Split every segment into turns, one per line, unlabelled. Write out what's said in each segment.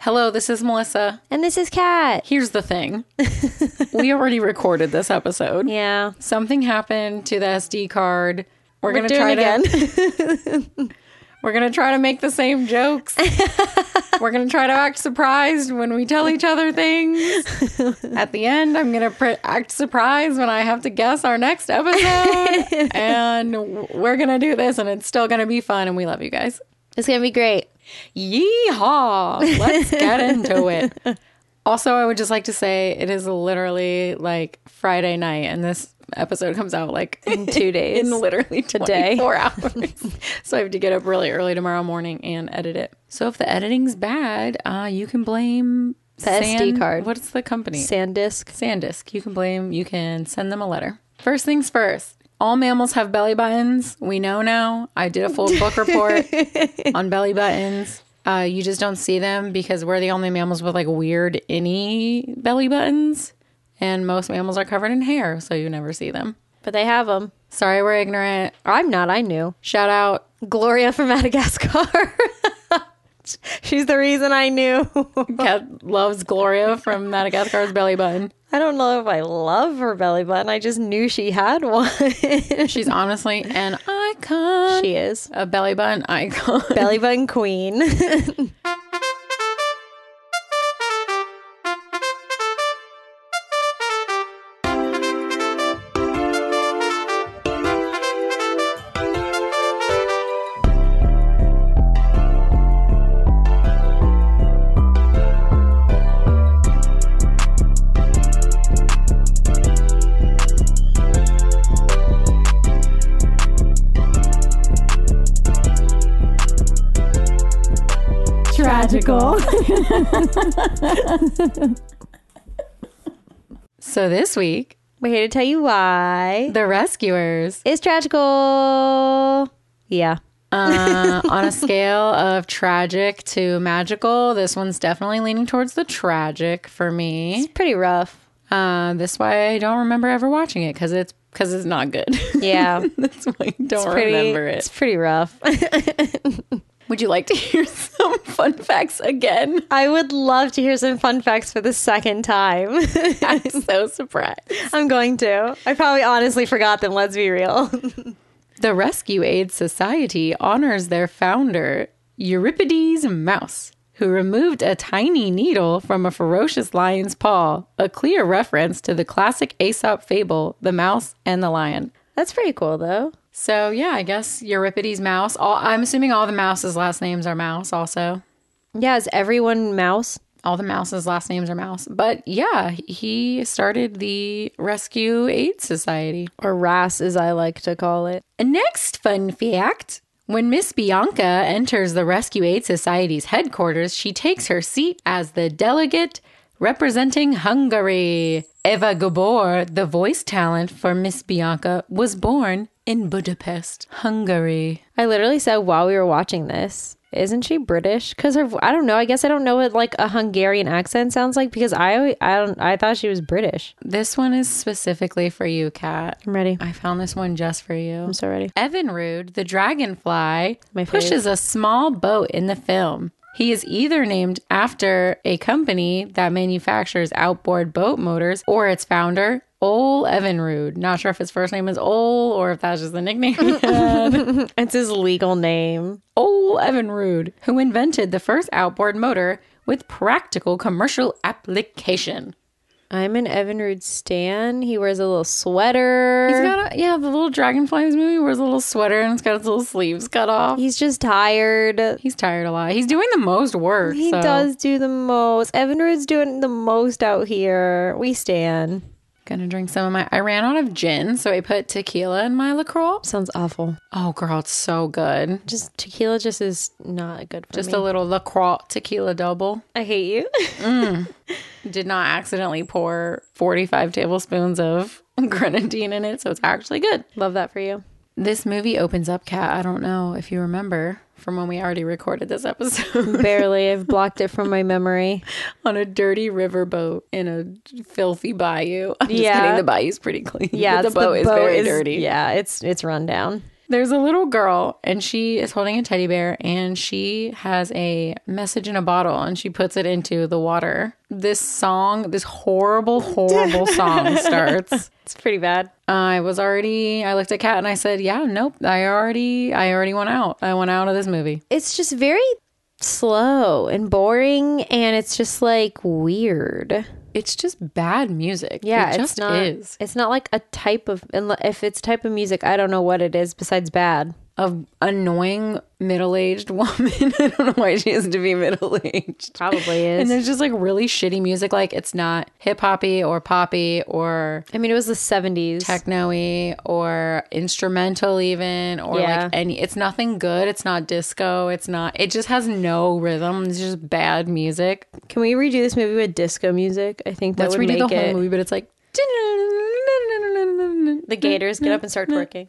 Hello, this is Melissa.
And this is Kat.
Here's the thing we already recorded this episode.
Yeah.
Something happened to the SD card. We're,
We're
gonna
doing
try
it again.
to we're gonna try to make the same jokes. we're gonna try to act surprised when we tell each other things. At the end, I'm gonna pr- act surprised when I have to guess our next episode. and w- we're gonna do this, and it's still gonna be fun. And we love you guys.
it's going to be great.
Yeehaw! Let's get into it. Also, I would just like to say it is literally like Friday night, and this episode comes out like in
two days.
in literally
Today.
today, four hours. so I have to get up really early tomorrow morning and edit it. So if the editing's bad, uh, you can blame
The SD card.
What's the company?
Sandisk.
Sandisk. You can blame. You can send them a letter. First things first. All mammals have belly buttons. We know now. I did a full book report on belly buttons. Uh, you just don't see them because we're the only mammals with like weird any belly buttons, and most mammals are covered in hair, so you never see them.
But they have them.
Sorry, we're ignorant.
I'm not. I knew.
Shout out.
Gloria from Madagascar. She's the reason I knew.
Cat loves Gloria from Madagascar's belly button.
I don't know if I love her belly button. I just knew she had one. she
She's honestly an icon.
is.
a belly button icon.
Belly button queen.
Tragical. so this week,
We're here to tell you why.
the rescuers
It's tragical. Yeah.
uh, on a scale of tragic to magical. This one's definitely leaning towards the tragic for me.
It's pretty rough.
Uh, this way, I don't remember ever watching it because it's because it's not good.
Yeah.
That's why I don't
pretty,
remember it.
It's pretty rough.
Would you like to hear some fun facts again?
I would love to hear some fun facts for the second time.
I'm so surprised.
I'm going to. I probably honestly forgot them, let's be real.
The Rescue Aid Society honors their founder, Euripides Mouse, who removed a tiny needle from a ferocious lion's paw, a clear reference to the classic Aesop fable, The Mouse and the Lion.
That's pretty cool, though.
So, yeah, I guess Euripides Mouse. All, I'm assuming all the mouses' last names are Mouse, also.
Yeah, is everyone mouse?
All the mouses' last names are Mouse. But yeah, he started the Rescue Aid Society.
Or RAS, as I like to call it.
Next fun fact when Miss Bianca enters the Rescue Aid Society's headquarters, she takes her seat as the delegate representing Hungary. Eva Gabor, the voice talent for Miss Bianca, was born in Budapest, Hungary.
I literally said while we were watching this, isn't she British? Because her, I don't know. I guess I don't know what like a Hungarian accent sounds like because I, alwa- I don't, I thought she was British.
This one is specifically for you, Kat.
I'm ready.
I found this one just for you.
I'm so ready.
Evinrude, the dragonfly,
My fave.
pushes a small boat in the film. He is either named after a company that manufactures outboard boat motors or its founder, Ole Evinrude. Not sure if his first name is Ole or if that's just the nickname. he had.
It's his legal name.
Ole Evinrude, who invented the first outboard motor with practical commercial application.
I'm an Evan Rude stan. He wears a little sweater.
He's got a, yeah, the little dragonflies movie wears a little sweater and it's got its little sleeves cut off.
He's just tired.
He's tired a lot. He's doing the most work.
He
so-
does do the most. Evan Rude's doing the most out here. We stan.
Gonna drink some of my. I ran out of gin, so I put tequila in my LaCroix.
Sounds awful.
Oh, girl, it's so good.
Just tequila just is not good for
Just
me.
a little LaCroix tequila double.
I hate you.
Did not accidentally pour 45 tablespoons of grenadine in it, so it's actually good.
Love that for you.
This movie opens up, Kat. I don't know if you remember from when we already recorded this episode
Barely. I've blocked it from my memory.
on a dirty riverboat in a filthy bayou. I'm just
Yeah.
kidding. The bayou's pretty clean. but
Yeah,
the
it's-
boat is
boat
very dirty.
Yeah, it's it's run down.
There's a little girl and she is holding a teddy bear and she has a message in a bottle and she puts it into the water. This song, this horrible, horrible song starts.
It's pretty bad.
I was already I looked at Kat and I said, Yeah, nope. I already I already went out. I went out of this movie.
It's just very slow and boring and it's just like weird.
It's just bad music.
Yeah,
it
it's
just
not
is.
it's not like a type of unle- if it's type of music, I don't know what it is besides bad.
A annoying middle aged woman. I don't know why she has to be middle aged.
Probably is.
And there's just like really shitty music. Like it's not hip hoppy or poppy or
I mean, it was the 70s.
techno y or instrumental even or
Yeah.
like any it's nothing good. It's not disco. It's not it just has no rhythm. It's just bad music.
Can we redo this movie with disco music? I think that
Let's
would
redo the
make
whole
it.
movie, but it's like
The gators get up and start twerking.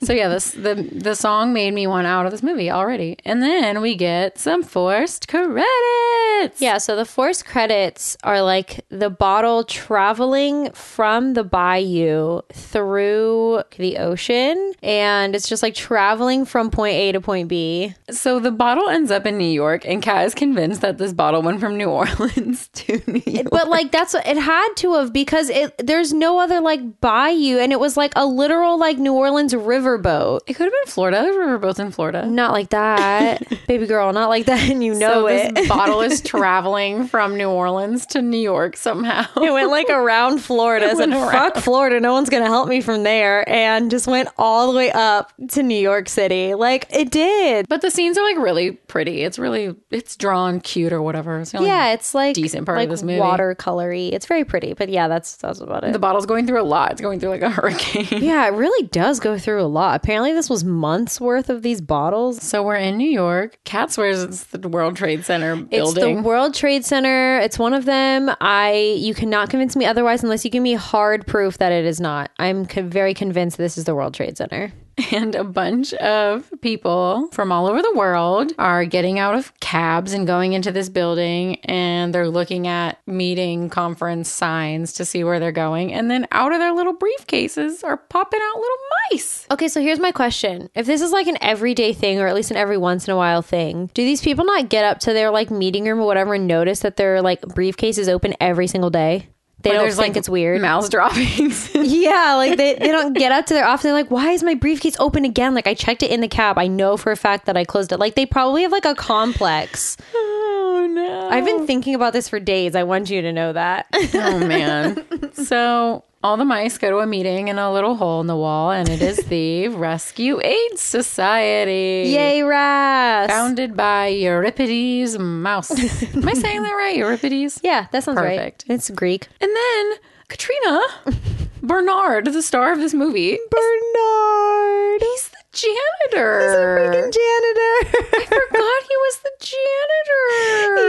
so yeah, this the the song made me want out of this movie already. And then we get some forced credits.
Yeah, so the forced credits are like the bottle traveling from the bayou through the ocean, and it's just like traveling from point A to point B.
So the bottle ends up in New York, and Kat is convinced that this bottle went from New Orleans to New York.
But like that's what it had to have because it there's no other like bayou, and it was like a literal like New Orleans riverboat.
It could have been Florida. Those were both in Florida.
Not like that, baby girl. Not like that, and you know
so
it.
this bottle is traveling from New Orleans to New York somehow.
It went like around Florida. I said, fuck Florida. No one's going to help me from there. And just went all the way up to New York City. Like it did.
But the scenes are like really pretty. It's really it's drawn cute or whatever. It's the only-
Yeah, it's like
Decent part of
like
this movie.
Watercolory. It's very pretty. But yeah, that's that's about it.
The bottle's going through a lot. It's going through like a hurricane.
yeah, it really does go through a lot. Apparently, this was months worth of these bottles.
So we're in New York. Cat swears it's the World Trade Center building.
It's the World Trade Center. It's one of them. I you cannot convince me otherwise unless you give me hard proof that it is not. I'm co- very convinced this is the World Trade Center.
and a bunch of people from all over the world are getting out of cabs and going into this building and they're looking at meeting conference signs to see where they're going and then out of their little briefcases are popping out little mice
Okay, so here's my question. If this is like an everyday thing, or at least an every once in a while thing, do these people not get up to their like meeting room or whatever and notice that their like briefcase is open every single day? They don't think it's weird.
mouse droppings
yeah, like they, they don't get up to their office. They're like, why is my briefcase open again? Like I checked it in the cab. I know for a fact that I closed it. Like they probably have like a complex.
oh no
I've been thinking about this for days. I want you to know that.
oh man so all the mice go to a meeting in a little hole in the wall and it is the rescue aid society
Yay, Ras.
Founded by Euripides Mouse. Am I saying that right? Euripides?
yeah, that sounds
Perfect.
right. It's Greek.
And then Katrina Bernard, the star of this movie,
Bernard.
he's the janitor.
janitor.
I forgot he was the
He's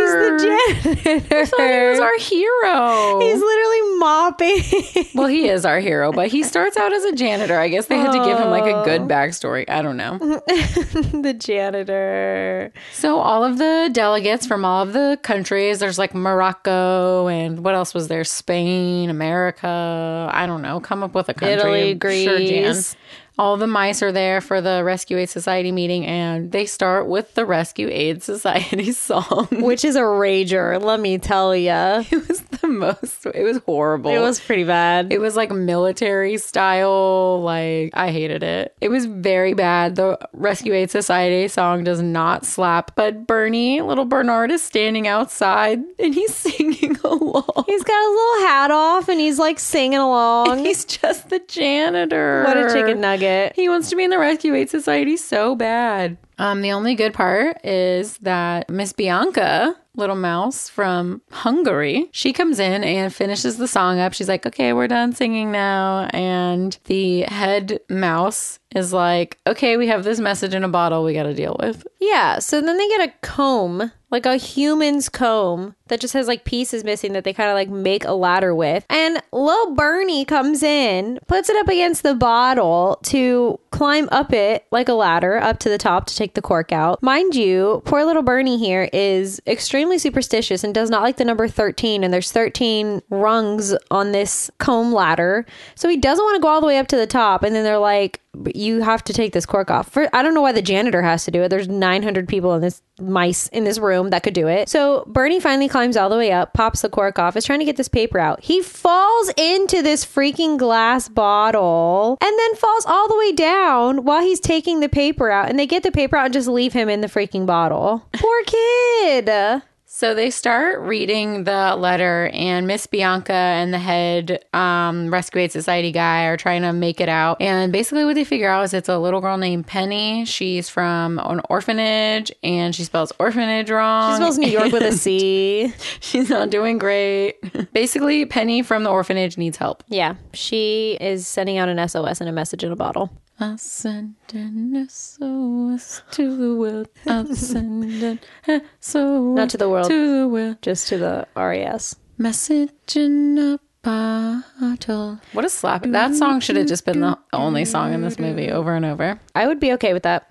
janitor.
the janitor.
I thought he was our hero.
He's literally mopping.
well, he is our hero, but he starts out as a janitor. I guess they had to give him like a good backstory. I don't know.
the janitor.
So all of the delegates from all of the countries, there's like Morocco and what else was there? Spain, America. I don't know. Come up with a country.
Italy,
I'm sure Jan.
Greece.
All the mice are there for the Rescue Aid Society meeting, and they start with the Rescue Aid Society song.
Which is a rager, let me tell ya.
It was the most. It was horrible.
It was pretty bad.
It was like military style. Like, I hated it. It was very bad. The Rescue Aid Society song does not slap, but Bernie, little Bernard, is standing outside and he's singing along.
He's got his little hat off and he's like singing along.
He's just the janitor.
what a chicken nugget.
He wants to be in the Rescue Aid Society so bad. Um, the only good part is that Miss Bianca, little mouse from Hungary, she comes in and finishes the song up. She's like, okay, we're done singing now. And the head mouse is like, okay, we have this message in a bottle we got to deal with.
Yeah, so then they get a comb, like a human's comb that just has like pieces missing that they kind of like make a ladder with. And Lil Bernie comes in, puts it up against the bottle to climb up it like a ladder up to the top to take the cork out. Mind you, poor little Bernie here is extremely superstitious and does not like the number 13. And there's 13 rungs on this comb ladder. So he doesn't want to go all the way up to the top. And then they're like, "But you have to take this cork off. For, I don't know why the janitor has to do it. There's 900 people in this mice in this room that could do it. So Bernie finally climbs all the way up, pops the cork off, is trying to get this paper out. He falls into this freaking glass bottle and then falls all the way down while he's taking the paper out. And they get the paper out and just leave him in the freaking bottle. Poor kid.
So they start reading the letter, and Miss Bianca and the head um, Rescue Aid Society guy are trying to make it out. And basically, what they figure out is it's a little girl named Penny. She's from an orphanage, and she spells orphanage wrong.
She spells New York with a C.
She's not doing great. basically, Penny from the orphanage needs help.
Yeah, she is sending out an SOS and a message in a bottle.
I'll send an SOS to the world. I'll send an SOS
Not to the world,
to the world.
just to the E RES.
Message in a bottle. What a slap. That song should have just been the only song in this movie over and over.
I would be okay with that.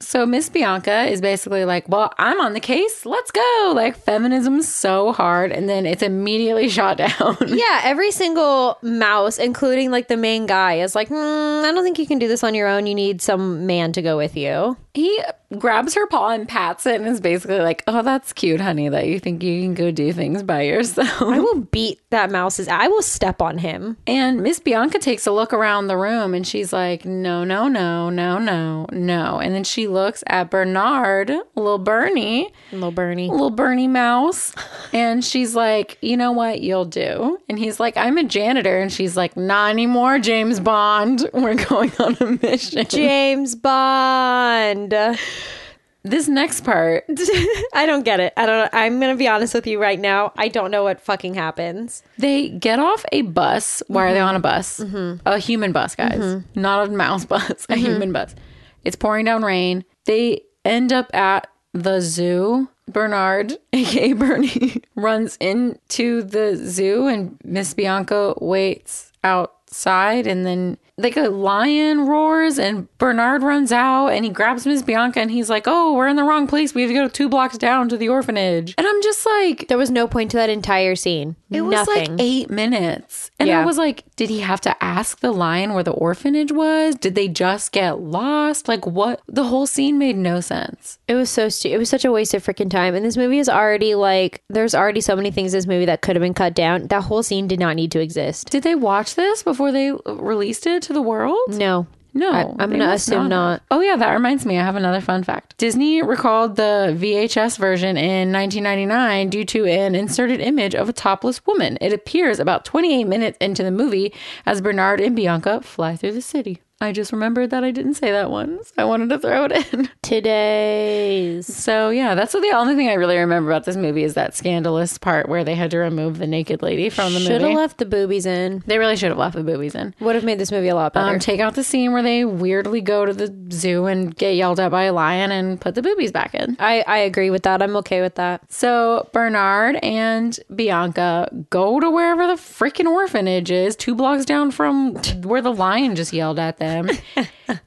So Miss Bianca is basically like, Well, I'm on the case. Let's go. Like, feminism's so hard. And then it's immediately shot down.
Yeah, every single mouse, including like the main guy, is like, mm, I don't think you can do this on your own. You need some man to go with you.
he grabs her paw and pats it and is basically like, Oh, that's cute, honey, that you think you can go do things by yourself.
I will beat that mouse's. I will step on him.
And Miss Bianca takes a look around the room and she's like, no, no, no, no, no, no. And then she looks at Bernard, little Bernie,
Little Bernie.
little Bernie Mouse. And she's like, you know what you'll do? And he's like, I'm a janitor. And she's like, not anymore, James Bond. We're going on a mission.
James Bond.
This next part,
I don't get it. I don't. I'm gonna be honest with you right now. I don't know what fucking happens.
they get off a bus. Why are they on a bus? A human bus, guys. Not a mouse bus, a human bus. It's pouring down rain. They end up at the zoo. Bernard, aka Bernie, runs into the zoo and Miss Bianca waits outside and then like a lion roars and Bernard runs out and he grabs Miss Bianca and he's like, Oh, we're in the wrong place. We have to go two blocks down to the orphanage. And I'm just like
There was no point to that entire scene.
it was
Nothing.
like eight minutes. And I
Yeah.
was like, did he have to ask the lion where the orphanage was? Did they just get lost? Like, what? The whole scene made no sense.
It was so stupid. It was such a waste of freaking time. And this movie is already like, there's already so many things in this movie that could have been cut down. That whole scene did not need to exist.
Did they watch this before they released it to the world?
No.
No.
I- I'm
they
gonna
must
assume
have.
not.
Oh, yeah. That reminds me. I have another fun fact. Disney recalled the VHS version in 1999 due to an inserted image of a topless woman. It appears about 28 minutes into the movie as Bernard and Bianca fly through the city. I just remembered that I didn't say that once. I wanted to throw it in.
Today's.
So, yeah, that's the only thing I really remember about this movie is that scandalous part where they had to remove the naked lady from the
Should have
movie.
left the boobies in.
they really should have left the boobies in.
Would have made this movie a lot better.
Um, take out the scene where they weirdly go to the zoo and get yelled at by a lion and put the boobies back in.
I, I agree with that. I'm okay with that.
So Bernard and Bianca go to wherever the freaking orphanage is, two blocks down from where the lion just yelled at them.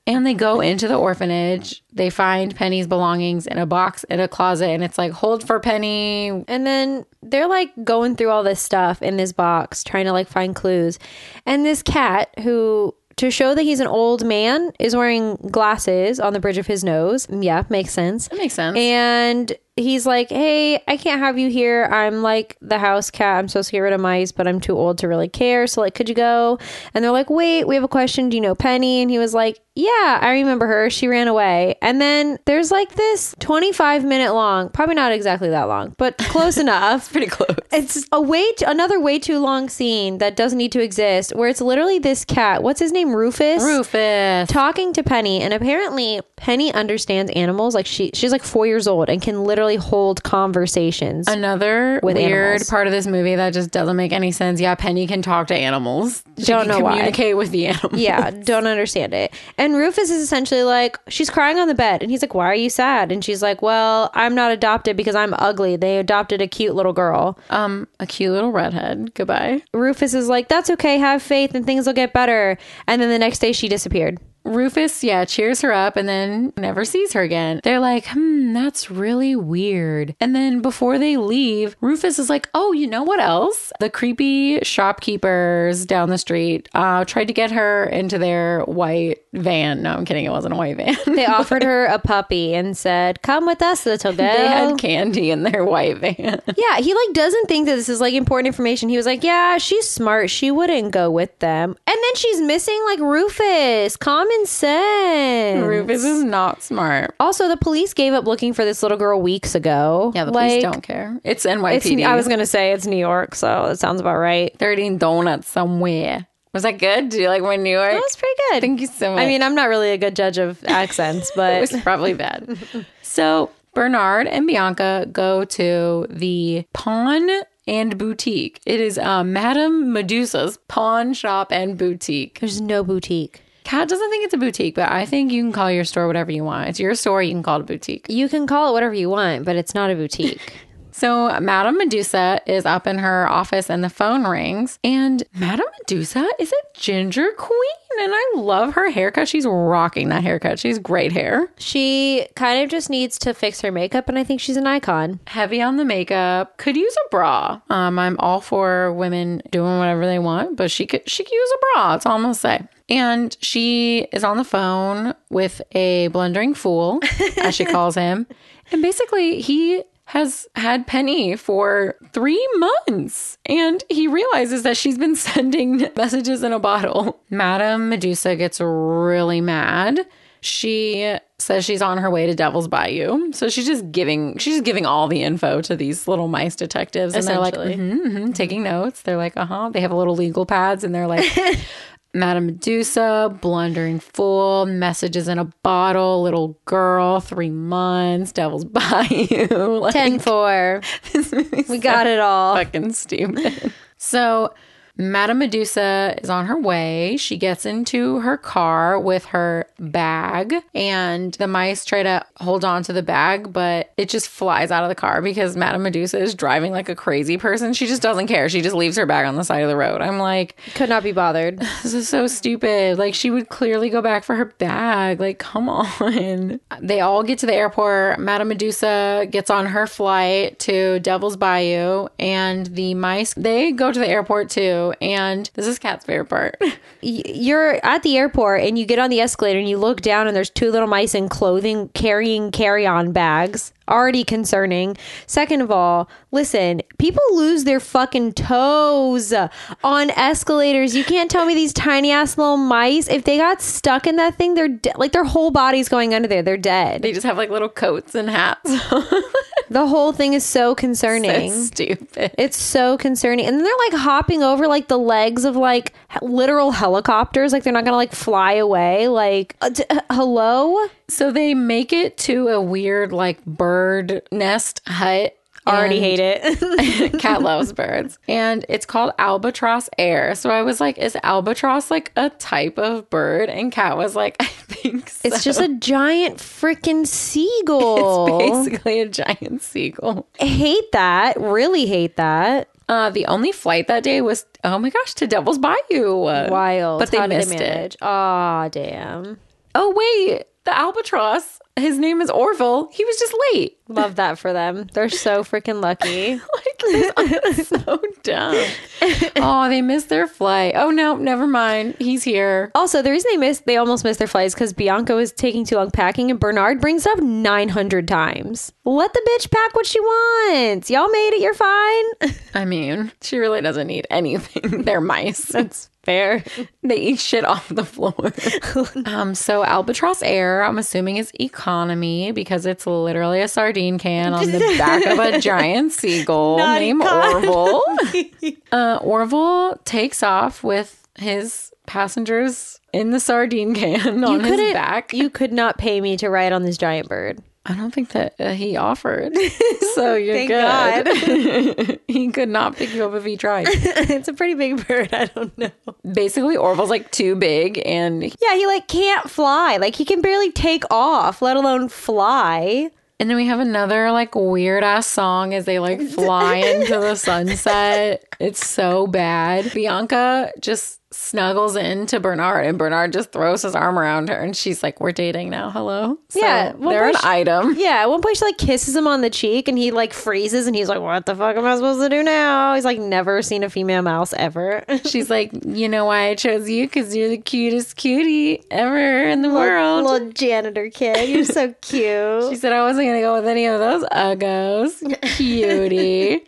and they go into the orphanage. They find Penny's belongings in a box in a closet, and it's like, hold for Penny.
And then they're like going through all this stuff in this box, trying to like find clues. And this cat, who to show that he's an old man, is wearing glasses on the bridge of his nose. Yeah, makes sense.
That makes sense.
And he's like, Hey, I can't have you here. I'm like the house cat. I'm supposed to get rid of mice, but I'm too old to really care. So, like, could you go? And they're like, Wait, we have a question. Do you know Penny? And he was like, Yeah, I remember her. She ran away. And then there's like this 25 minute long, probably not exactly that long, but close enough
pretty close.
it's a way t- another way too long scene that doesn't need to exist where it's literally this cat what's his name rufus
Rufus.
talking to penny and apparently penny understands animals like she she's like four years old and can literally hold conversations
Another weird
animals.
part of this movie that just doesn't make any sense. Yeah, Penny can talk to animals. She
Don't
can
know why.
communicate with the animals.
yeah don't understand it and rufus is essentially like she's crying on the bed and he's like why are you sad and she's like well i'm not adopted because i'm ugly they adopted a cute little girl
Um, a cute little redhead. Goodbye.
rufus is like that's okay have faith and things will get better and then the next day she disappeared
Rufus, yeah, cheers her up and then never sees her again. They're like, hmm, that's really weird. And then before they leave, Rufus is like, oh, you know what else? The creepy shopkeepers down the street uh, tried to get her into their white van. No, I'm kidding. It wasn't a white van.
They offered her a puppy and said, "Come with us, little girl."
they had candy in their white van.
yeah, he like doesn't think that this is like important information. He was like, "Yeah, she's smart. She wouldn't go with them." And then she's missing like Rufus. Common sense.
Rufus is not smart.
Also, the police gave up looking for this little girl weeks ago.
Yeah, the
like,
police don't care. It's NYPD.
It's, I was gonna say it's New York, so it sounds about right.
They're eating donuts somewhere. Was that good? Do you like my New York?
That was pretty good.
Thank you so much.
I mean, I'm not really a good judge of accents, but
It was probably bad. so Bernard and Bianca go to the pawn and boutique. It is uh, Madame Medusa's pawn shop and boutique.
there's no boutique.
Kat doesn't think it's a boutique, but I think you can call your store whatever you want. It's your store. You can call it a boutique.
You can call it whatever you want, but it's not a boutique.
So Madame Medusa is up in her office and the phone rings. And Madame Medusa is a ginger queen. And I love her haircut. She's rocking that haircut. She's great hair.
she kind of just needs to fix her makeup, and I think she's an icon.
heavy on the makeup could use a bra um i'm all for women doing whatever they want but she could she could use a bra that's all i'm gonna say and she is on the phone with a blundering fool as she calls him and basically he has had Penny for three months and he realizes that she's been sending messages in a bottle. Madame Medusa gets really mad she says she's on her way to Devil's Bayou. So she's just giving she's just giving all the info to these little mice detectives and they're like
Essentially.
"Mhm, mhm," taking notes. They're like, "Uh-huh." They have little legal pads and they're like Madame Medusa, blundering fool, messages in a bottle, little girl, three months, Devil's Bayou. Like,
Ten four. we got it all.
fucking stupid. So Madame Medusa is on her way. She gets into her car with her bag, and the mice try to hold on to the bag, but it just flies out of the car because Madame Medusa is driving like a crazy person. She just doesn't care. She just leaves her bag on the side of the road. I'm like,
Could not be bothered.
this is so stupid. Like, she would clearly go back for her bag. Like, come on. They all get to the airport. Madame Medusa gets on her flight to Devil's Bayou, and the mice, they go to the airport too. And this is Cat's favorite part.
Y- You're at the airport and you get on the escalator and you look down and there's two little mice in clothing carrying carry-on bags. Already concerning. Second of all, listen, people lose their fucking toes on escalators. You can't tell me these tiny ass little mice if they got stuck in that thing, they're de- like their whole body's going under there. They're dead.
They just have like little coats and hats.
The whole thing is so concerning.
That's stupid.
It's so concerning. And then they're like hopping over like the legs of like h- literal helicopters. Like they're not going to like fly away. Like, uh, d- uh, hello?
So they make it to a weird, like, bird nest hut. and-
it.
Cat loves birds. And it's called albatross air. So I was like, is albatross like a type of bird? And Cat was like, I think so.
it's just a giant freaking seagull.
basically a giant seagull.
hate that. Really hate that.
Uh, the only flight that day was, oh my gosh, to Devil's Bayou.
Wild.
But they
How did
missed it.
manage? Aw, damn.
Oh, wait. The albatross, his name is Orville. He was just late.
Love that for them. They're so freaking lucky.
Like, this- I'm so dumb. Oh, they missed their flight. Oh, no, never mind. He's here.
Also, the reason they missed, they almost missed their flights because Bianca was taking too long packing, and Bernard brings it up 900 times. Let the bitch pack what she wants. Y'all made it. You're fine.
I mean, she really doesn't need anything. They're mice.
That's fair.
They eat shit off the floor. um, so Albatross Air, I'm assuming is economy because it's literally a sardine can on the back of a giant seagull
Not
named
econ-
Orville. Uh, Orville takes off with his passengers in the sardine can on his back.
You could not pay me to ride on this giant bird.
I don't think that uh, he offered. So you're
Thank
good. he could not pick you up if he tried.
it's a pretty big bird. I don't know.
Basically, Orville's like too big and
Yeah, he like can't fly. Like he can barely take off, let alone fly.
And then we have another like weird ass song as they like fly into the sunset. It's so bad. Bianca just snuggles in to Bernard, and Bernard just throws his arm around her, and she's like, "We're dating now. Hello." So
Yeah, at one
they're an
point she-
item.
Yeah, at one point she like kisses him on the cheek and he like freezes and he's like, What the fuck am I supposed to do now? He's like never seen a female mouse ever.
She's like, "You know why I chose you? Because you're the cutest cutie ever in the world."
Little janitor kid. You're so cute.
She said, I wasn't going to go with any of those uggos. Cutie.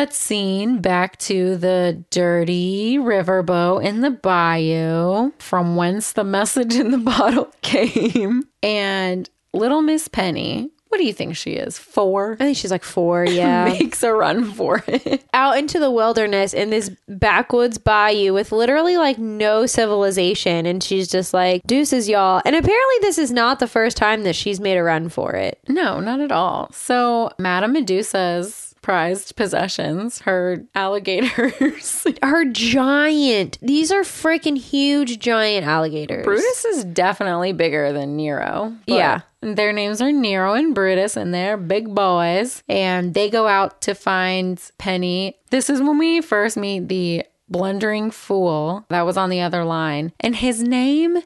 Cutscene back to the dirty riverboat in the bayou from whence the message in the bottle came. And little Miss Penny, what do you think she is? Four?
I think she's like four, yeah.
Makes a run for it.
Out into the wilderness in this backwoods bayou with literally like no civilization. And she's just like, deuces, y'all. And apparently, this is not the first time that she's made a run for it.
No, not at all. So, Madame Medusa's prized possessions, her alligators.
Her giant, these are freaking huge, giant alligators.
Brutus is definitely bigger than Nero. but
Yeah.
Their names are Nero and Brutus, and they're big boys. And they go out to find Penny. This is when we first meet the blundering fool that was on the other line. And his name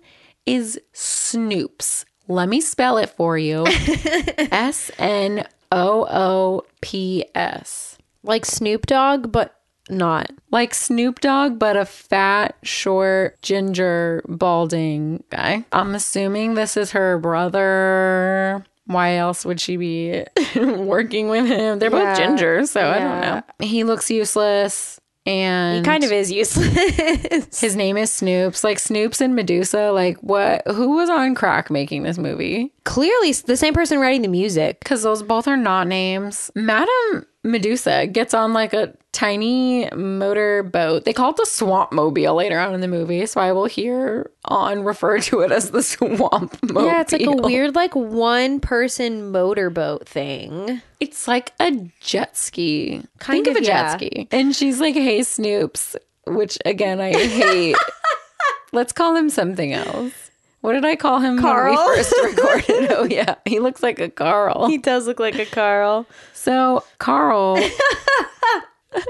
is Snoops. Let me spell it for you S N O O P S.
Like Snoop Dogg, but not.
Like Snoop Dogg, but a fat, short, ginger, balding guy. I'm assuming this is her brother. Why else would she be working with him? They're both
Yeah.
ginger, so I don't
Yeah.
know. He looks useless. And
Kind of is useless.
his name is Snoops. Like Snoops and Medusa. Like what? Who was on crack making this movie?
Clearly, s- the same person writing the music.
Because those both are not names. Madam Medusa gets on like a tiny motor boat. They call it the Swamp Mobile later on in the movie, so I will hear on refer to it as the Swamp Mobile.
Yeah, it's like a weird, like one person motorboat thing.
It's like a jet ski.
Kind
Think of,
of,
a jet
yeah.
ski. And she's like, "Hey, Snoops," which again I hate. Let's call him something else. What did I call him
Carl?
when we first recorded? oh yeah, he looks like a Carl.
He does look like a Carl.
So, Carl,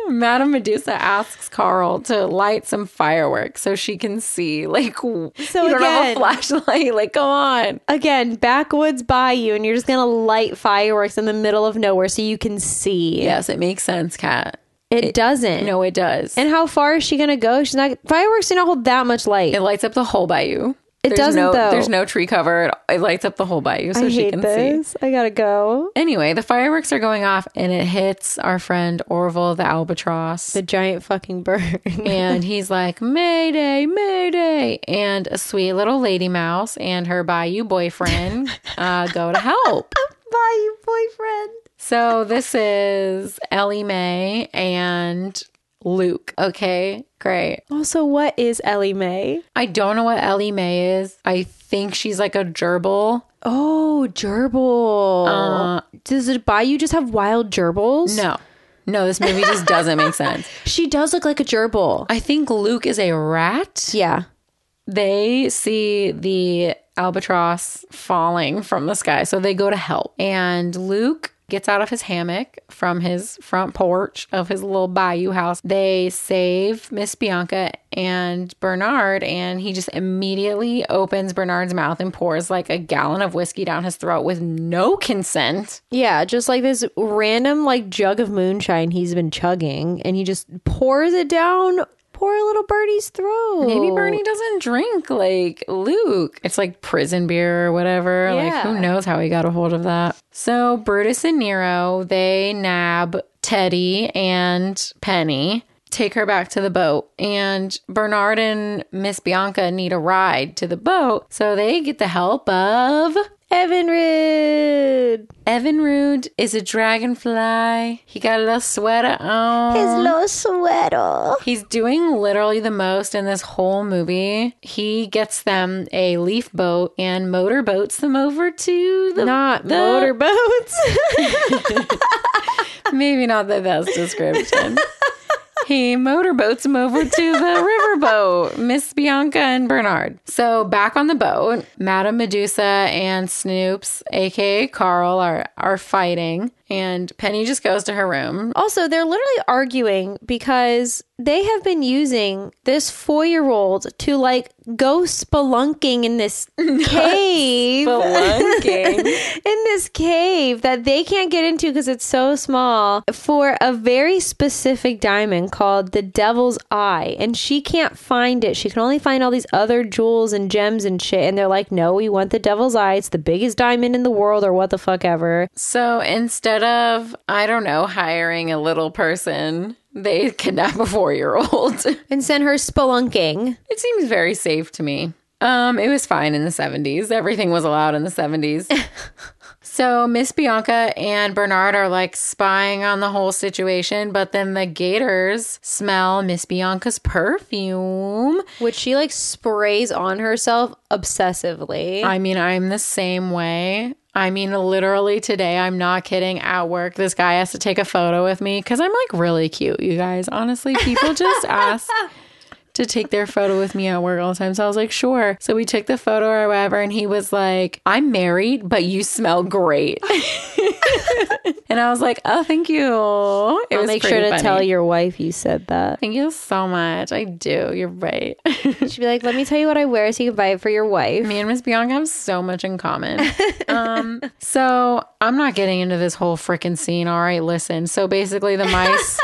Madame Medusa asks Carl to light some fireworks so she can see. Like, so you don't have
again-
a flashlight. Like, come on.
Again, backwoods bayou, and you're just gonna light fireworks in the middle of nowhere so you can see.
Yes, it makes sense, Kat.
It, doesn't.
No, it does.
And how far is she gonna go? She's not fireworks do not hold that much light.
it lights up the whole bayou.
It doesn't,
no,
though.
There's no tree cover. It, it lights up the whole bayou so
I
she
hate
can see.
this. I gotta go.
Anyway, the fireworks are going off and it hits our friend Orville the albatross.
The giant fucking bird.
and he's like, Mayday, Mayday. And a sweet little lady mouse and her bayou boyfriend uh, go to help.
bayou boyfriend.
So this is Ellie Mae and Luke. Okay, great.
Also, what is Ellie Mae?
I don't know what Ellie Mae is. I think she's like a gerbil.
Oh, gerbil. Does the bayou just have wild gerbils?
No, no, this movie just doesn't make sense.
She does look like a gerbil.
I think Luke is a rat.
Yeah.
they see the albatross falling from the sky. So they go to help. And Luke gets out of his hammock from his front porch of his little bayou house. They save Miss Bianca and Bernard. And he just immediately opens Bernard's mouth and pours like a gallon of whiskey down his throat with no consent.
Yeah, just like this random like jug of moonshine he's been chugging and he just pours it down poor little Bertie's throat.
Maybe Bernie doesn't drink like Luke. It's like prison beer or whatever. Like
Yeah.
who knows how he got a hold of that. So Brutus and Nero, they nab Teddy and Penny, take her back to the boat. And Bernard and Miss Bianca need a ride to the boat. So they get the help of
Evanrid.
Evinrude is a dragonfly. He got a little sweater on.
little sweater.
He's doing literally the most in this whole movie. He gets them a leaf boat and motor boats them over to the
Not
the-
motorboats.
Maybe not the best description. he motorboats him over to the riverboat, Miss Bianca and Bernard. So back on the boat, Madame Medusa and Snoops, aka Carl, are are fighting. And Penny just goes to her room.
Also, they're literally arguing because they have been using this four year old to like go spelunking in this cave.
Spelunking.
in this cave that they can't get into because it's so small for a very specific diamond called the devil's eye and she can't find it she can only find all these other jewels and gems and shit and they're like no we want the devil's eye it's the biggest diamond in the world or what the fuck ever
so instead of, I don't know, hiring a little person, they kidnap a four year old.
and send her spelunking
It seems very safe to me. Um, it was fine in the 70s. Everything was allowed in the 70s. so Miss Bianca and Bernard are like spying on the whole situation, but then the gators smell Miss Bianca's perfume.
which she like sprays on herself obsessively
I mean, I'm the same way. I mean, literally today, I'm not kidding. At work, this guy has to take a photo with me because I'm like really cute, you guys. Honestly, people just ask to take their photo with me at work all the time. So I was like, sure. So we took the photo or whatever, and he was like, I'm married, but you smell great. and I was like, oh, thank you. It
I'll
was
make sure
pretty
to
funny.
tell your wife you said that.
Thank you so much. I do. You're right.
She'd be like, "Let me tell you what I wear, so you can buy it for your wife."
Me and Miss Bianca have so much in common. um, so I'm not getting into this whole freaking scene. All right, listen. So basically, the mice.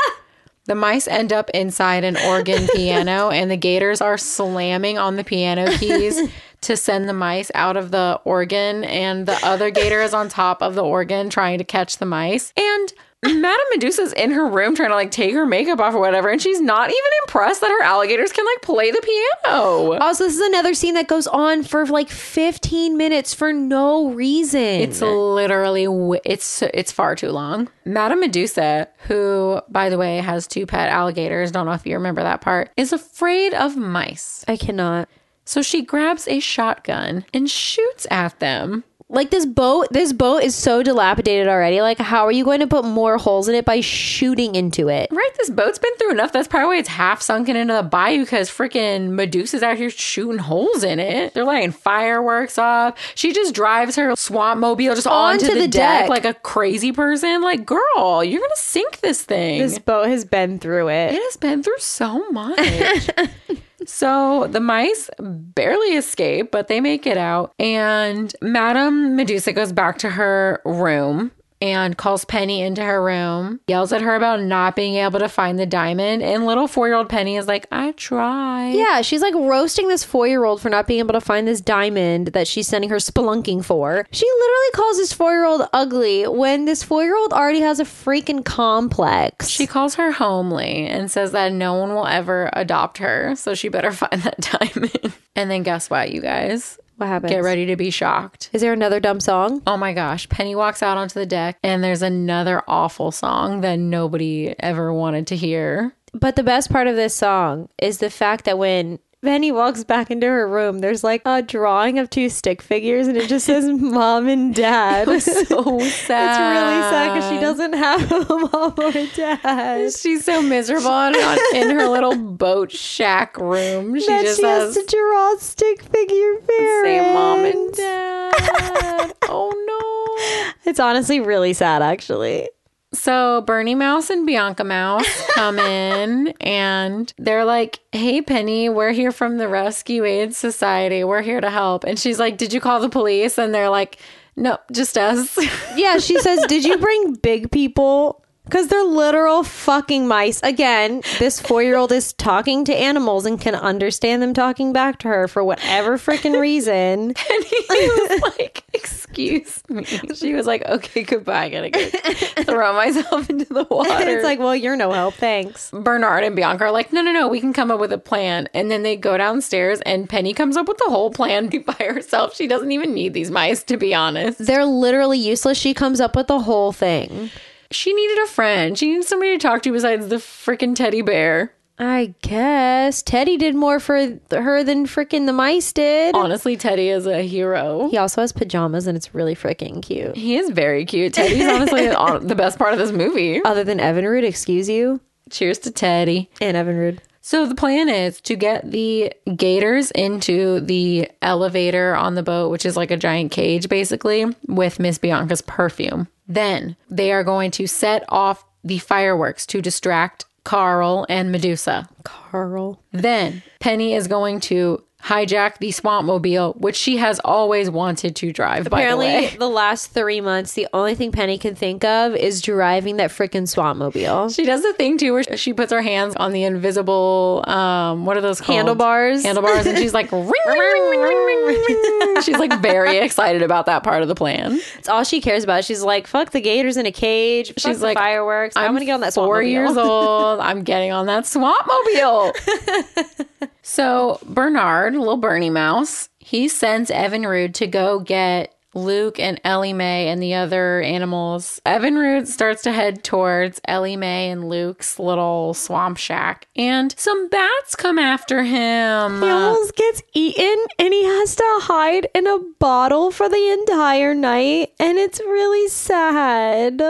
The mice end up inside an organ piano, and the gators are slamming on the piano keys to send the mice out of the organ. And the other gator is on top of the organ trying to catch the mice. And Madame Medusa's in her room trying to like take her makeup off or whatever, and she's not even impressed that her alligators can like play the piano.
Also, this is another scene that goes on for like 15 minutes for no reason.
It's literally w- it's it's far too long. Madame Medusa, who by the way has two pet alligators, don't know if you remember that part, is afraid of mice.
I cannot.
So she grabs a shotgun and shoots at them.
Like this boat, this boat is so dilapidated already. Like, how are you going to put more holes in it by shooting into it?
Right, this boat's been through enough. That's probably why it's half sunken into the bayou because freaking Medusa's out here shooting holes in it. They're lighting fireworks off. She just drives her swamp mobile just onto, the, deck. like a crazy person. Like, girl, you're gonna sink this thing.
boat has been through it.
It has been through so much. so the mice barely escape, but they make it out. And Madame Medusa goes back to her room and calls Penny into her room, yells at her about not being able to find the diamond. And little four year old Penny is like, I tried.
Yeah, she's like roasting this four year old for not being able to find this diamond that she's sending her spelunking for. She literally calls this four year old ugly when this four year old already has a freaking complex.
She calls her homely and says that no one will ever adopt her, so she better find that diamond. and then guess what, you guys?
what happened?
Get ready to be shocked.
Is there another dumb song?
Oh my gosh. Penny walks out onto the deck, and there's another awful song that nobody ever wanted to hear.
But the best part of this song is the fact that when Penny walks back into her room, there's like a drawing of two stick figures and it just says mom and dad. It's really
So
Oh, sad because she doesn't have a mom or a dad.
She's so miserable on, on- in her little boat shack room. She
That
just
she
has
has to draw stick figure parents.
say mom and dad. oh no.
It's honestly really sad, actually.
So Bernie Mouse and Bianca Mouse come in and they're like, Hey Penny, we're here from the Rescue Aid Society. We're here to help. And she's like, Did you call the police? And they're like, No, just us.
Yeah, she says, Did you bring big people? Because they're literal fucking mice. Again, this four year old is talking to animals and can understand them talking back to her for whatever freaking reason.
and he was like, Excuse me. She was like, Okay, goodbye. I gotta go throw myself into the water.
it's like, Well, you're no help. Thanks.
Bernard and Bianca are like, no, no, no, we can come up with a plan. And then they go downstairs, and Penny comes up with the whole plan by herself. She doesn't even need these mice, to be honest.
They're literally useless. She comes up with the whole thing.
She needed a friend. She needed somebody to talk to besides the freaking teddy bear.
I guess Teddy did more for her than freaking the mice did.
Honestly, Teddy is a hero.
He also has pajamas and it's really freaking cute.
He is very cute. Teddy's honestly on- the best part of this movie.
Other than Evan Rude, excuse you.
Cheers to Teddy.
And Evan Rude.
So the plan is to get the gators into the elevator on the boat, which is like a giant cage basically, with Miss Bianca's perfume. Then they are going to set off the fireworks to distract Carl and Medusa.
Carl.
Then Penny is going to hijack the swamp mobile, which she has always wanted to drive. by the
Apparently,
way.
the, last three months, the only thing Penny can think of is driving that freaking swamp mobile.
she does the thing too where she puts her hands on the invisible, um, what are those called?
Handlebars.
Handlebars, and she's like, ring, ring, ring, ring, ring, ring, ring. she's like very excited about that part of the plan.
It's all she cares about. She's like, "Fuck the gators in a cage." She's
like,
like, "Fireworks." I'm, gonna get on that swamp
four
mobile."
years old. I'm getting on that swamp mobile. so Bernard, little Bernie Mouse, he sends Evan Rude to go get Luke and Ellie Mae and the other animals. Evan Rude starts to head towards Ellie Mae and Luke's little swamp shack, and some bats come after him.
He almost gets eaten and he has to hide in a bottle for the entire night. And it's really sad.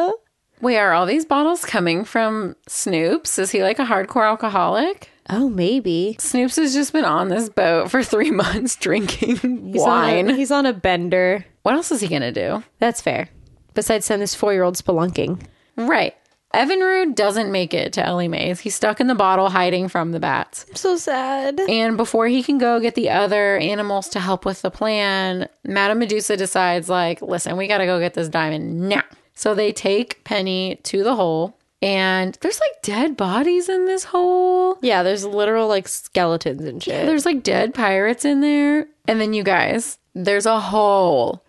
Wait, are all these bottles coming from Snoops? Is he like a hardcore alcoholic?
Oh, maybe.
Snoops has just been on this boat for three months drinking wine.
On a, he's on a bender.
what else is he going to do?
That's fair. Besides send this four year old spelunking.
Right. Evan Rude doesn't make it to Ellie Mae's. He's stuck in the bottle hiding from the bats.
I'm so sad.
And before he can go get the other animals to help with the plan, Madame Medusa decides, like, listen, we got to go get this diamond now. So they take Penny to the hole, and there's like dead bodies in this hole.
Yeah, there's literal like skeletons and shit.
There's like dead pirates in there. And then you guys, there's a hole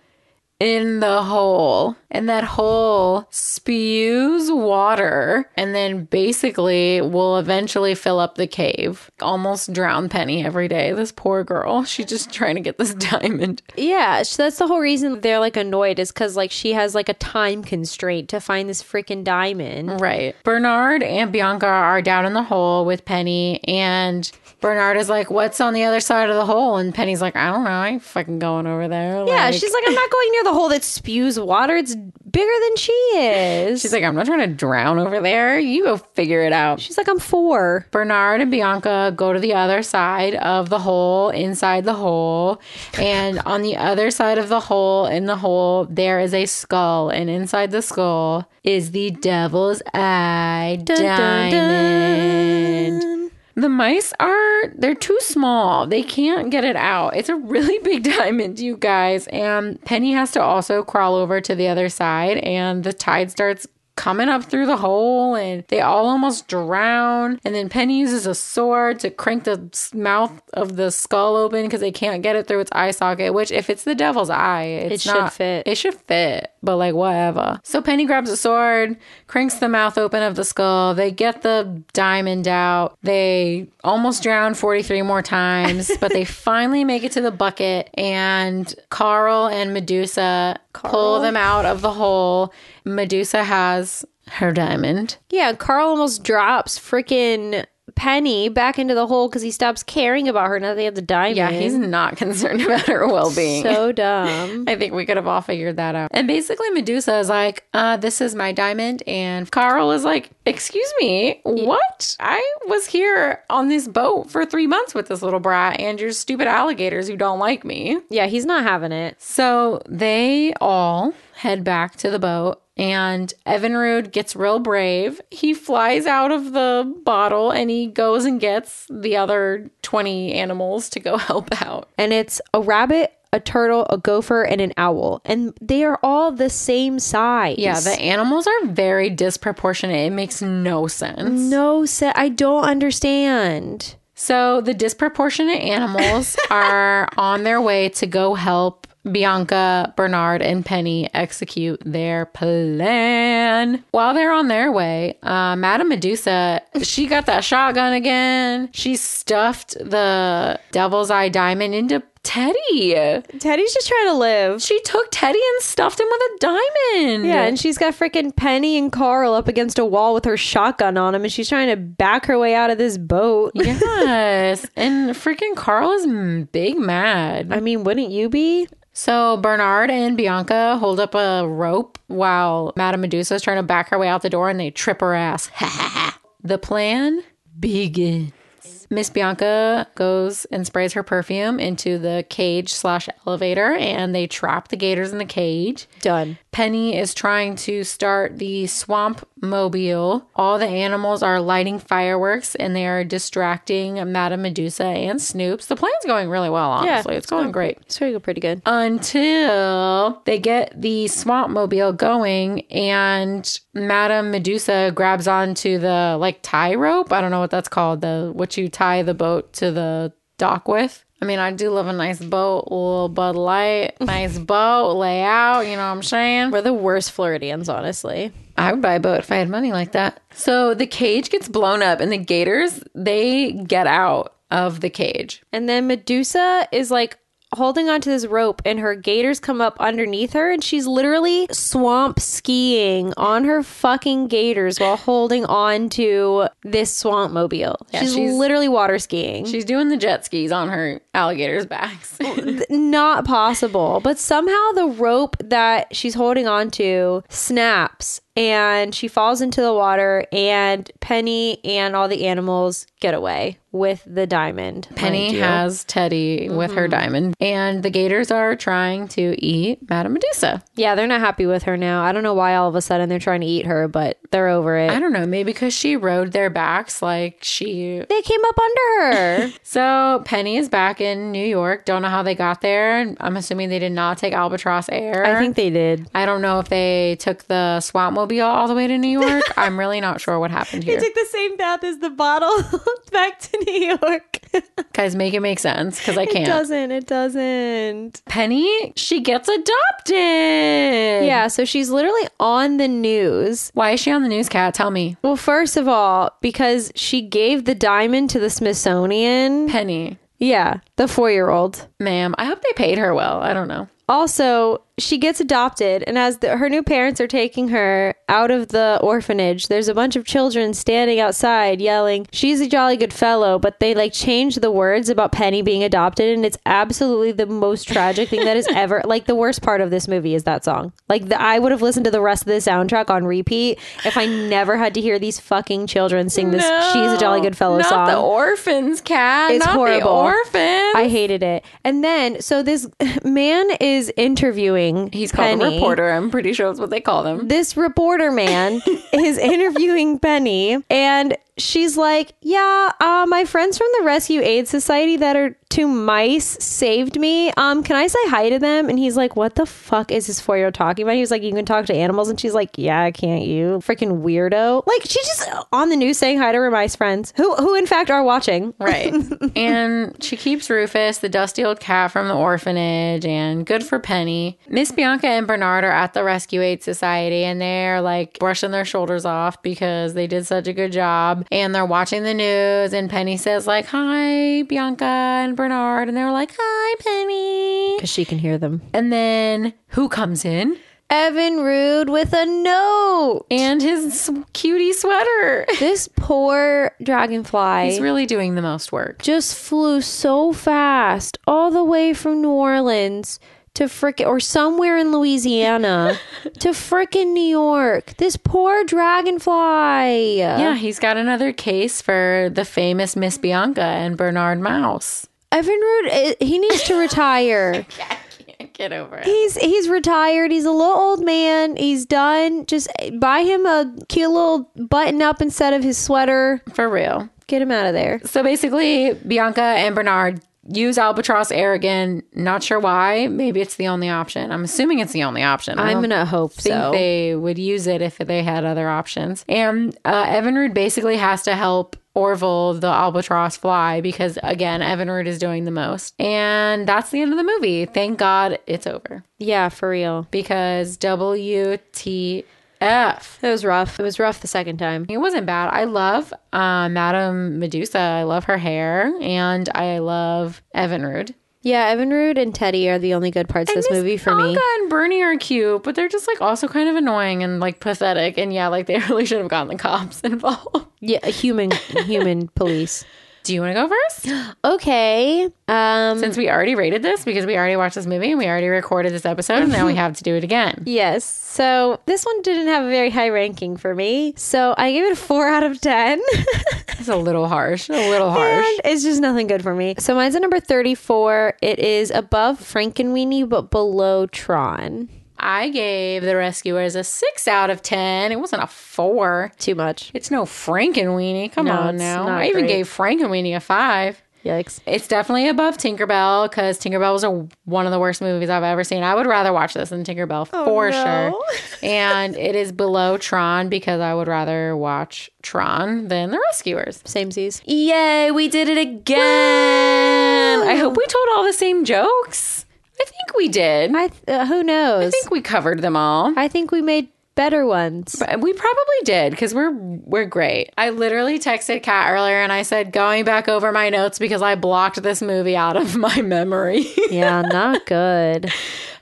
in the hole. And that hole spews water and then basically will eventually fill up the cave. Almost drown Penny every day. This poor girl. She's just trying to get this diamond.
Yeah, sh- that's the whole reason they're like annoyed is because like she has like a time constraint to find this freaking diamond.
Right. Bernard and Bianca are down in the hole with Penny, and Bernard is like, What's on the other side of the hole? And Penny's like, I don't know. I ain't fucking going over there.
Yeah,
Like-
she's like, I'm not going near the hole that spews water. It's bigger than she is.
She's like, I'm not trying to drown over there. You go figure it out.
She's like, I'm four.
Bernard and Bianca go to the other side of the hole, inside the hole. And on the other side of the hole, in the hole, there is a skull. And inside the skull is the devil's eye diamond. The mice are they're too small. They can't get it out. It's a really big diamond, you guys. And Penny has to also crawl over to the other side and the tide starts coming up through the hole and they all almost drown and then Penny uses a sword to crank the s- mouth of the skull open cuz they can't get it through its eye socket which if it's the devil's eye it's
It should
not-
fit.
it should fit, but like whatever. So Penny grabs a sword, cranks the mouth open of the skull. They get the diamond out. They almost drown 43 more times, but they finally make it to the bucket. And Carl and Medusa pull them out of the hole. Medusa has her diamond.
Yeah, Carl almost drops freaking Penny back into the hole because he stops caring about her now that they have the diamond.
Yeah, he's not concerned about her well being.
so dumb.
I think we could have all figured that out. And basically, Medusa is like, uh, "This is my diamond," and Carl is like, "Excuse me, what? I was here on this boat for three months with this little brat and your stupid alligators who don't like me."
Yeah, he's not having it.
So they all head back to the boat, and Evinrude gets real brave. He flies out of the bottle and he goes and gets the other twenty animals to go help out.
And it's a rabbit, a turtle, a gopher, and an owl. And they are all the same size.
Yeah, the animals are very disproportionate. It makes no sense.
No, se- I don't understand.
So the disproportionate animals are on their way to go help Bianca, Bernard, and Penny execute their plan. While they're on their way, uh, Madame Medusa, she got that shotgun again. She stuffed the devil's eye diamond into Teddy.
Teddy's just trying to live.
She took Teddy and stuffed him with a diamond.
Yeah, and she's got freaking Penny and Carl up against a wall with her shotgun on him, and she's trying to back her way out of this boat.
Yes. and freaking Carl is m- big mad.
I mean, wouldn't you be?
So Bernard and Bianca hold up a rope while Madame Medusa is trying to back her way out the door and they trip her ass. the plan begins. minutes, Miss Bianca goes and sprays her perfume into the cage slash elevator, and they trap the gators in the cage.
Done.
Penny is trying to start the swamp mobile. All the animals are lighting fireworks and they are distracting Madame Medusa and Snoops. The plan's going really well, honestly. it's going great
It's going pretty good.
until they get the swamp mobile going and madame medusa grabs onto the like tie rope i don't know what that's called the what you tie the boat to the dock with i mean i do love a nice boat a little bud light nice boat layout you know what i'm saying
We're the worst Floridians, honestly.
i would buy a boat if i had money like that so the cage gets blown up and the gators they get out of the cage
And then Medusa is like holding onto this rope, and her gaiters come up underneath her, and she's literally swamp skiing on her fucking gaiters while holding on to this swamp mobile. she's,
she's-
literally water skiing.
she's doing the jet skis on her alligators backs
Oh, Not possible. But somehow the rope that she's holding onto snaps, and she falls into the water, and Penny and all the animals get away with the diamond.
Penny
mind you. Mm-hmm.
has Teddy with her diamond, and the gators are trying to eat Madame Medusa.
Yeah, they're not happy with her now. I don't know why all of a sudden they're trying to eat her, but they're over it.
I don't know, maybe because she rode their backs like she.
they came up under her.
So Penny is back in New York. Don't know how they got there. I'm assuming they did not take Albatross Air.
I think they did.
I don't know if they took the swamp mobile all the way to New York. I'm really not sure what happened here.
the same path as the bottle back to New York. it
Guys, make it make sense because I can't.
doesn't. It doesn't.
Penny, she gets adopted.
Yeah, so she's literally on the news.
Why is she on the news, Cat? Tell me.
Well, first of all, because she gave the diamond to the Smithsonian.
Penny,
Yeah, the four year old.
ma'am, I hope they paid her well. I don't know.
Also, she gets adopted, and as the, her new parents are taking her out of the orphanage, there's a bunch of children standing outside yelling, She's a jolly good fellow. But they like change the words about Penny being adopted, and it's absolutely the most tragic thing that is ever. Like, the worst part of this movie is that song. Like, the, I would have listened to the rest of the soundtrack on repeat if I never had to hear these fucking children sing this She's a jolly good fellow
not
song.
the orphans cat.
It's
not The
horrible.
orphans.
I hated it. And then, so this man is interviewing.
He's called
Penny.
a reporter. I'm pretty sure that's what they call them.
This reporter man is interviewing Penny, and she's like, "Yeah, uh, my friends from the Rescue Aid Society that are two mice saved me. Um, can I say hi to them?" And he's like, "What the fuck is this four year old talking about?" He was like, "You can talk to animals," and she's like, "Yeah, can't you, freaking weirdo?" Like she's just on the news saying hi to her mice friends, who who in fact are watching.
Right. and she keeps Rufus, the dusty old cat from the orphanage, and good for Penny. Miss Bianca and Bernard are at the Rescue Aid Society and they're like brushing their shoulders off because they did such a good job. And they're watching the news and Penny says, like, hi, Bianca and Bernard. And they're like, hi, Penny.
Because she can hear them.
And then who comes in?
Evan Rude with a note.
and his s- cutie sweater.
This poor dragonfly
He's really doing the most work.
just flew so fast all the way from New Orleans to frickin' or somewhere in Louisiana to frickin' New York. This poor dragonfly.
Yeah, he's got another case for the famous Miss Bianca and Bernard Mouse.
Evan Rude, eh, he needs to
I
retire.
can't get over it.
he's he's retired. He's a little old man. He's done. Just eh, buy him a cute little button up instead of his sweater.
For real.
Get him out of there.
So basically, Bianca and Bernard use Albatross Air again. Not sure why. Maybe it's the only option. I'm assuming it's the only option. I
I'm
don't
gonna hope
think
so.
they would use it if they had other options. And uh, Evan Rude basically has to help Orville the albatross fly because again, Evan Rude is doing the most. And that's the end of the movie. Thank God it's over
yeah, for real.
because WTF.
It was rough. It was rough the second time.
It wasn't bad. I love uh, Madame Medusa. I love her hair, and I love Evan Rude.
Yeah, Evan Rude and Teddy are the only good parts of this
Miss
movie for me.
Bianca and Bernie are cute, but they're just like also kind of annoying and like pathetic. And yeah, like they really should have gotten the cops involved.
Yeah, human human police.
Do you want to go first?
Okay. Um
Since we already rated this because we already watched this movie and we already recorded this episode, and now we have to do it again.
yes. So this one didn't have a very high ranking for me. So I gave it a four out of ten.
It's a little harsh. A little harsh.
And it's just nothing good for me. So mine's at number thirty-four. It is above Frankenweenie but below Tron.
I gave The Rescuers a six out of ten. It wasn't a four.
Too much.
It's no Frankenweenie. Come
No,
on
it's
now.
not
I even
great.
gave Frankenweenie a five.
Yikes.
It's definitely above Tinkerbell because Tinkerbell was a, one of the worst movies I've ever seen. I would rather watch this than Tinkerbell for
Oh, no.
sure. and it is below Tron because I would rather watch Tron than The Rescuers.
Same Z's.
Yay, we did it again. I hope we told all the same jokes. I think we did. I
I th- uh, who knows?
think we covered them all.
I think we made better ones.
But we probably did because we're we're great. I literally texted Kat earlier and I said going back over my notes because I blocked this movie out of my memory.
yeah, not good.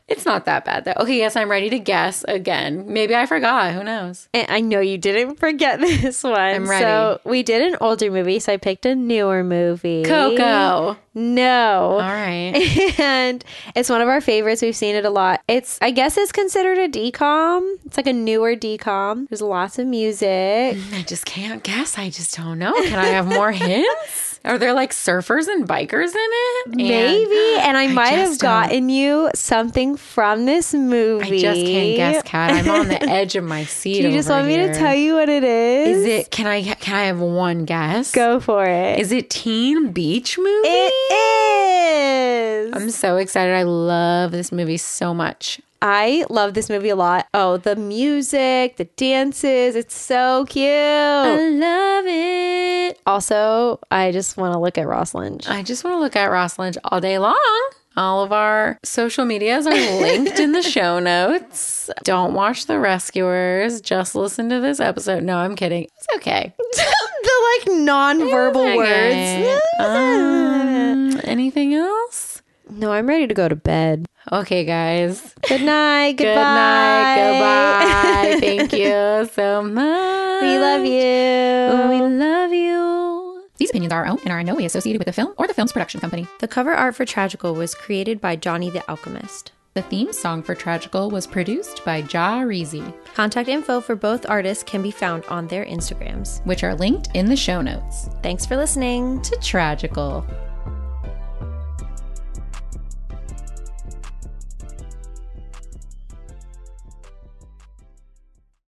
it's not that bad though. Okay, yes, I'm ready to guess again. Maybe I forgot. Who knows?
And I know you didn't forget this one. I'm
ready.
So we did an older movie, so I picked a newer movie.
Coco. All
No.
right.
And it's one of our favorites. We've seen it a lot. It's, I guess, it's considered a decom. It's like a newer decom. There's lots of music.
I just can't guess. I just don't know. Can I have more hints? Are there like surfers and bikers in it? Mm-hmm. And
Maybe. And I might have
just don't-
gotten you something from this movie.
I just can't guess, Kat. I'm on the edge of my seat.
Do you just
over
want me
here.
to tell you what it is?
Is it? Can I? Can I have one guess?
Go for it.
Is it Teen Beach Movie?
It is.
I'm so excited. I love this movie so much.
I love this movie a lot. Oh, the music, the dances, it's so cute.
love it.
also, I just want to look at Ross Lynch.
I just want to look at Ross Lynch all day long. All of our social medias are linked in the show notes. Don't watch The Rescuers. Just listen to this episode. No, I'm kidding. It's okay.
the like non-verbal
Okay.
words.
Um, anything else?
Uh-huh. no, I'm ready to go to bed.
Okay, guys.
Good night. Goodbye.
Good night. Goodbye. Thank you so much.
we love you.
We love you.
These opinions are our own and are in no way associated with the film or the film's production company.
The cover art for Tragical was created by Johnny the Alchemist.
The theme song for Tragical was produced by Ja Reezy,
Contact info for both artists can be found on their Instagrams.
which are linked in the show notes.
Thanks for listening.
To Tragical.